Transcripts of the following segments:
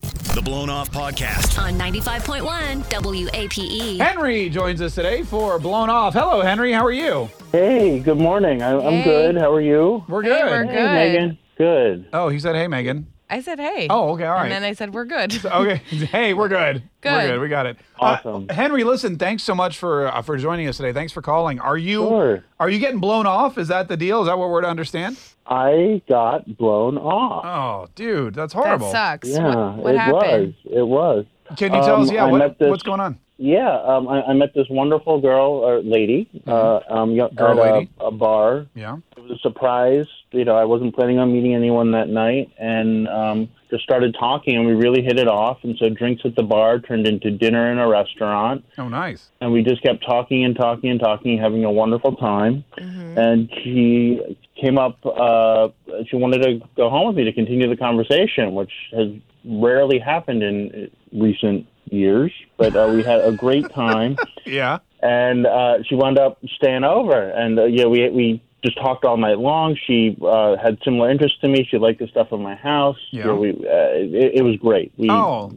The Blown Off Podcast. on 95.1 WAPE. Henry joins us today for Blown Off. Hello, Henry. How are you? Hey, good morning. I, I'm Hey. good. How are you? We're Hey, we're good. Hey, Megan. Good. Oh, he said, "Hey, Megan." I said, hey. Oh, okay, all right. And then I said, we're good. Okay. hey, we're good. We're Good. good. We got it. Awesome. Uh, Henry, listen. Thanks so much for uh, for joining us today. Thanks for calling. Are you Sure. are you getting blown off? Is that the deal? Is that what we're to understand? I got blown off. Oh, dude, that's that horrible. sucks. yeah, what what it happened? was. It was. Can you tell Um, us? Yeah, I what, met this- what's going on? Yeah, um, I, I met this wonderful girl or lady Mm-hmm. uh, um, y- Girl at a- lady. A, bar. Yeah. It was a surprise. You know, I wasn't planning on meeting anyone that night, and um, just started talking, and we really hit it off. And so, drinks at the bar turned into dinner in a restaurant. Oh, nice. and we just kept talking and talking and talking, having a wonderful time. And she came up. Uh, she wanted to go home with me to continue the conversation, which has rarely happened in uh, recent years. But uh, we had a great time, Yeah. and uh, she wound up staying over. And uh, yeah, we we just talked all night long. She uh, had similar interests to me. She liked the stuff in my house. Yeah. we, uh, it, it was great. We, Oh,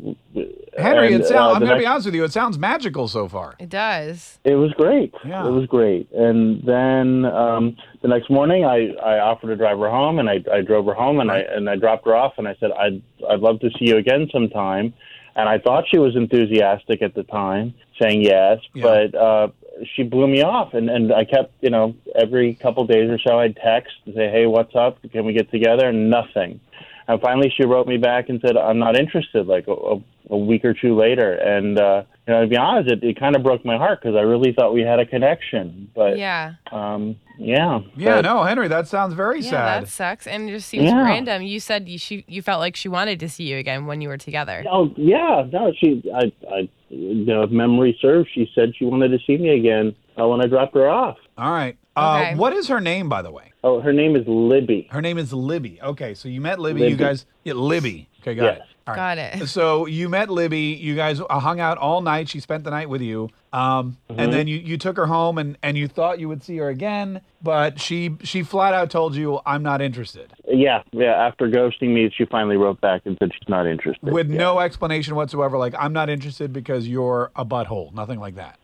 Henry, Mm. and, it uh, sounds. the I'm going to next- be honest with you. It sounds magical so far. It does. It was great. Yeah. It was great. And then um, the next morning, I, I offered to drive her home, and I, I drove her home, and I and I dropped her off, and I said I'd I'd love to see you again sometime. And I thought she was enthusiastic at the time, saying yes, Yeah. but uh, she blew me off, and and I kept you know every couple days or so I'd text and say Hey, what's up? Can we get together? And nothing. And finally, she wrote me back and said, "I'm not interested." Like a, a, a week or two later, and uh, you know, to be honest, it, it kind of broke my heart because I really thought we had a connection. But yeah, Yeah. um, yeah, Yeah. But No, Henry, that sounds very Yeah, sad. that sucks. And it just seems Yeah. random. You said you, she, you felt like she wanted to see you again when you were together. Oh yeah, no, she. I, I, you know, if memory serves, she said she wanted to see me again uh, when I dropped her off. All right. Uh, Okay. What is her name, by the way? Oh, her name is Libby. Her name is Libby. Okay, so you met Libby. You Libby. guys, yeah, Libby. Okay, got it. Yes. All right. Got it. So you met Libby. You guys uh, hung out all night. She spent the night with you, um, Mm-hmm. and then you, you took her home, and, and you thought you would see her again, but she she flat out told you, "I'm not interested," Yeah, yeah. After ghosting me, she finally wrote back and said she's not interested. with Yeah. no explanation whatsoever. Like, "I'm not interested because you're a butthole." Nothing like that.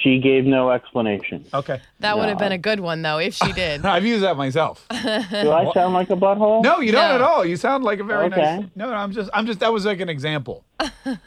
she gave no explanation. Okay, That would have been a good one, though, if she did. I've used that myself. Do I sound like a butthole? No, you don't No. at all. You sound like a very nice. Okay. No, no, I'm just I'm just that was like an example.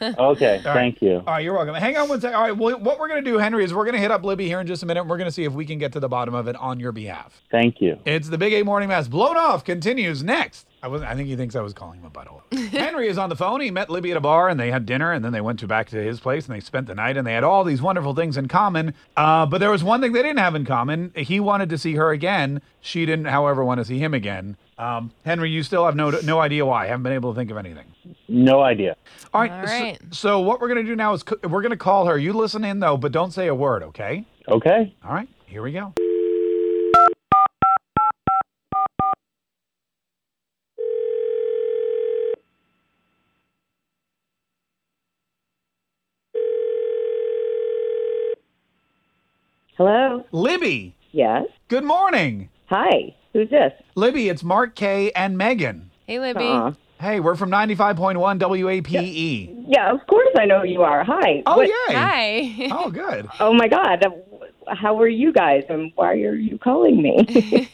Okay, All right. thank you. All right, you're welcome. Hang on one second. All right, well, what we're going to do, Henry, is we're going to hit up Libby here in just a minute. And we're going to see if we can get to the bottom of it on your behalf. Thank you. It's the Big Eight Morning Mass. Blown off continues next. I was I think he thinks I was calling him a butthole. Henry is on the phone. He met Libby at a bar and they had dinner and then they went to back to his place and they spent the night and they had all these wonderful things in common. Uh, but there was one thing they didn't have in common. He wanted to see her again. She didn't, however, want to see him again. Um, Henry, you still have no no idea why. Haven't been able to think of anything. No idea. All right. All so- right. So, what we're going to do now is c- we're going to call her. You listen in though, but don't say a word, okay? Okay. All right. Here we go. Hello. Libby, Yes. good morning. Hi. Who's this? Libby, it's Mark Kay and Megan. Hey, Libby. Uh, Hey, we're from 95.1 WAPE. yeah, of course I know who you are. Hi. E. Oh, What- yay. Hi. Oh, good. Oh my God. How are you guys? And why are you calling me?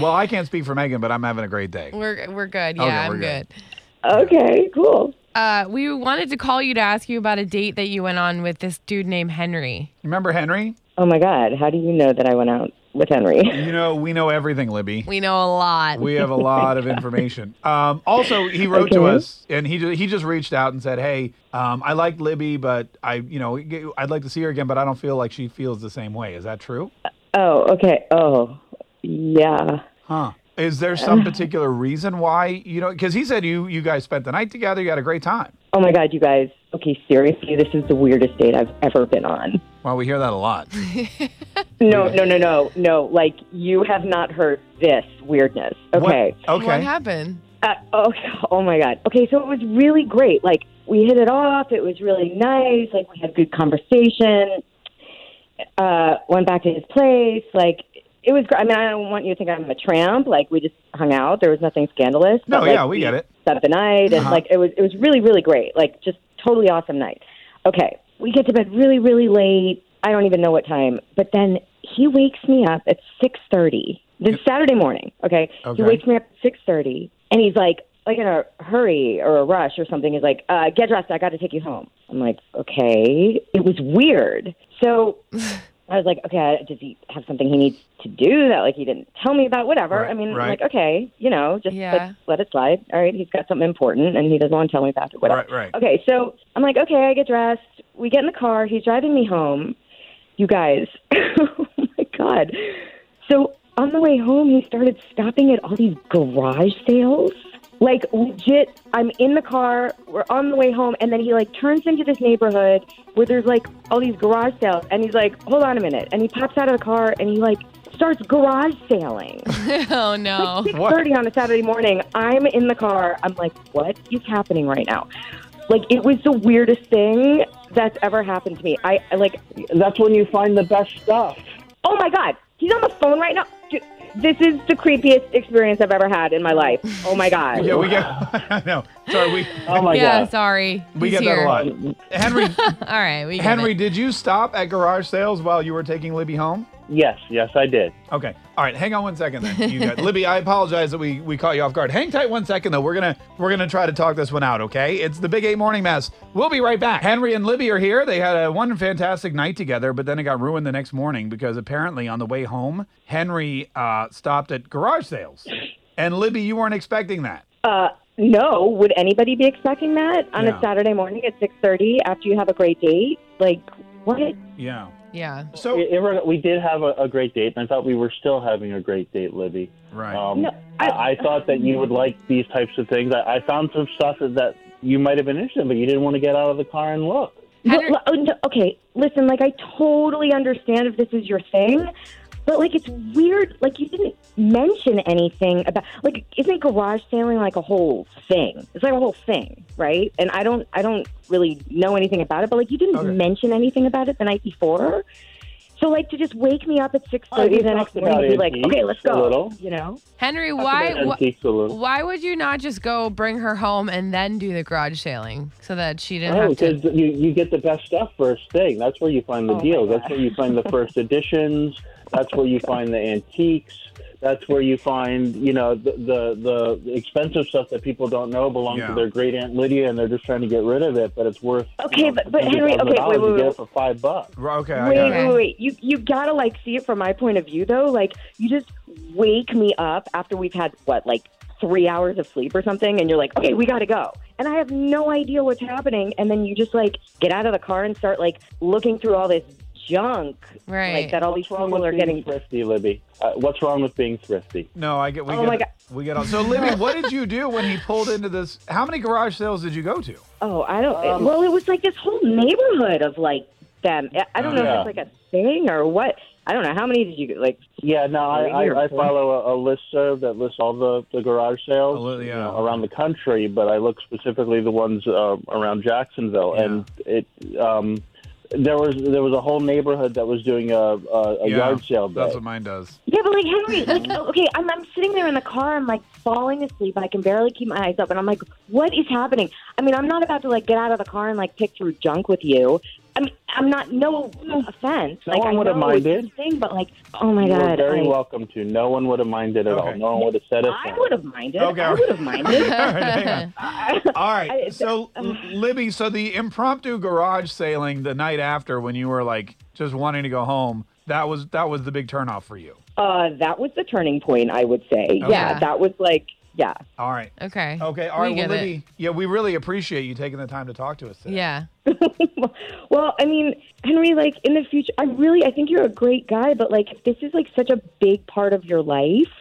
Well, I can't speak for Megan, but I'm having a great day. We're, we're good. Yeah, Okay, I'm we're good. good. okay. Cool. Uh, we wanted to call you to ask you about a date that you went on with this dude named Henry. Remember Henry? Oh my God. How do you know that I went out with Henry? You know, we know everything, Libby. We know a lot. We have a lot of information. Um, also, he wrote to Okay. us, and he ju- he just reached out and said, "Hey, um, I like Libby, but I, you know, g- I'd like to see her again, but I don't feel like she feels the same way. Is that true? Oh. Okay. Oh. Yeah. Huh? Is there some particular reason why you know? Because he said you you guys spent the night together, you had a great time. Oh my God. You guys. Okay. Seriously, this is the weirdest date I've ever been on. Well, we hear that a lot. No. No. No. No. No. Like you have not heard this weirdness. Okay. What, What okay. happened? Uh, oh, oh my God. Okay, so it was really great. Like we hit it off. It was really nice. Like we had good conversation. Uh, went back to his place. Like it was. gr- I mean, I don't want you to think I'm a tramp. Like we just hung out. There was nothing scandalous. No, but, like, yeah, we get it. up the night, Uh-huh. and like it was it was really really great, like just totally awesome night. Okay, we get to bed really really late. I don't even know what time, but then he wakes me up at six thirty. This Saturday morning, okay? Okay. He wakes me up at six thirty, and he's like, like in a hurry or a rush or something. He's like, uh, "Get dressed, I got to take you home." I'm like, "Okay." It was weird. So I was like, okay, does he have something he needs to do that like he didn't tell me about? Whatever. Right, I mean, I'm right. like, okay, you know, just Yeah. like let it slide. All right, he's got something important and he doesn't want to tell me about it. Whatever. Right, right. Okay, so I'm like, okay, I get dressed. We get in the car. He's driving me home. You guys, oh my god. So on the way home, he started stopping at all these garage sales. Like legit, I'm in the car. We're on the way home, and then he like turns into this neighborhood where there's like all these garage sales, and he's like, "Hold on a minute," and he pops out of the car and he like starts garage sailing. oh no. Six What? thirty on a Saturday morning. I'm in the car. I'm like, what is happening right now? Like it was the weirdest thing that's ever happened to me. I I, like, That's when you find the best stuff. oh my god, he's on the phone right now. Dude, This is the creepiest experience I've ever had in my life. Oh my god. Yeah, we get. I know. Sorry, we Oh my yeah, god. sorry. we He's get that here. a lot. Henry, All right, we get Henry, it. did you stop at garage sales while you were taking Libby home? Yes, yes, I did. Okay. All right. Hang on one second, then. You guys. Libby, I apologize that we, we caught you off guard. Hang tight one second, though. We're gonna we're gonna try to talk this one out. Okay. It's the Big Eight Morning Mess. We'll be right back. Henry and Libby are here. They had a one fantastic night together, but then it got ruined the next morning because apparently on the way home, Henry uh, stopped at garage sales, and Libby, you weren't expecting that. Uh, no, would anybody be expecting that on Yeah. a Saturday morning at six thirty after you have a great date? Like what? Yeah. Yeah. So It- it- we did have a, a great date, and I thought we were still having a great date, Libby. right. Um, No, I, I thought that you would like these types of things. I, I found some stuff that you might have been interested in, but you didn't want to get out of the car and look. How Well, well, uh, no, okay, listen, like I totally understand if this is your thing, but like it's weird. Like you didn't mention anything about like isn't garage sailing like a whole thing? It's like a whole thing, right? And I don't, I don't really know anything about it, but like you didn't Okay. mention anything about it the night before. So like to just wake me up at six Oh, we thirty the talked next morning about and be like, antiques okay, let's a go, little. you know? Henry, Talked why about wh- antiques a little. why would you not just go bring her home and then do the garage sailing so that she didn't Oh, have because to? you, you get the best stuff first thing. That's where you find the Oh, my deals. God. That's where you find the first editions. That's where you find the antiques. That's where you find you know the the, the expensive stuff that people don't know belongs Yeah. to their great aunt Lydia, and they're just trying to get rid of it, but it's worth Okay, you know, Oh, but- but Henry, okay, $50,000 wait, wait, you get wait. it for five bucks. okay. I Wait, got it. Okay. wait, wait. You you gotta like see it from my point of view though. Like you just wake me up after we've had what like three hours of sleep or something, and you're like, okay, we gotta go. And I have no idea what's happening, and then you just like get out of the car and start like looking through all this junk, Right. Like that all these What's wrong people with are being getting. thrifty, Libby? Uh, what's wrong with being thrifty? No, I get. We Oh get. my We get on. So, Libby, what did you do when he pulled into this? How many garage sales did you go to? Oh, I don't. well, it was like this whole neighborhood of like them. I- I don't know Yeah. if it's like a thing or what. I don't know. How many did you like? Yeah, no, I, Maybe or I, I four. follow a, a listserv that lists all the, the garage sales A li- you Oh, yeah. know, around the country, but I look specifically the ones uh, around Jacksonville, Yeah. and it um, there was there was a whole neighborhood that was doing a, a, a Yeah, yard sale day. That's what mine does. Yeah, but like Henry, like oh, okay, I'm I'm sitting there in the car, I'm like falling asleep, I can barely keep my eyes up, and I'm like, what is happening? I mean, I'm not about to like get out of the car and like pick through junk with you. I mean, I'm not. No offense. No like, one I would have know it's minded. this Thing, but like, oh my you god, were very I, welcome to. No one would have minded at all. Okay. No one would have said a I thing. would have minded. Okay. I would have All minded. right, hang on. All right. I- So, Libby, so the impromptu garage sailing the night after, when you were like just wanting to go home, that was that was the big turnoff for you. uh, that was the turning point, I would say. Okay. Yeah, that was like, yeah. All right. Okay. Okay. All right. We well, get Libby, it. yeah, we really appreciate you taking the time to talk to us today. Yeah. well, I mean, Henry, like in the future, I really, I think you're a great guy, but like if this is like such a big part of your life,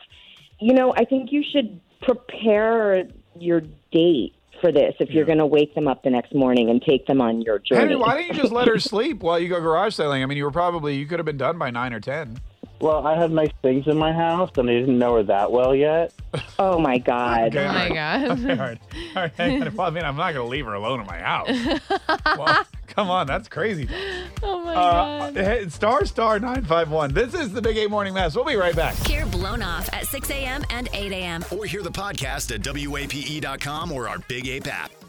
you know, I think you should prepare your date for this if you're going to wake them up the next morning and take them on your journey. Henry, why didn't you just let her sleep while you go garage sailing? I mean, you were probably you could have been done by nine or ten. Well, I have nice things in my house, and I didn't know her that well yet. oh my God. Okay. Oh my All god. right. All right. Hang on. Well, I mean, I'm not going to leave her alone in my house. Well, Come on, that's crazy. Oh my Uh, god. hey, star star 951. This is the Big A Morning Mass. We'll be right back. Hear Blown Off at 6 a.m. and 8 a.m. E Or hear the podcast at WAPE.com or our Big Ape app.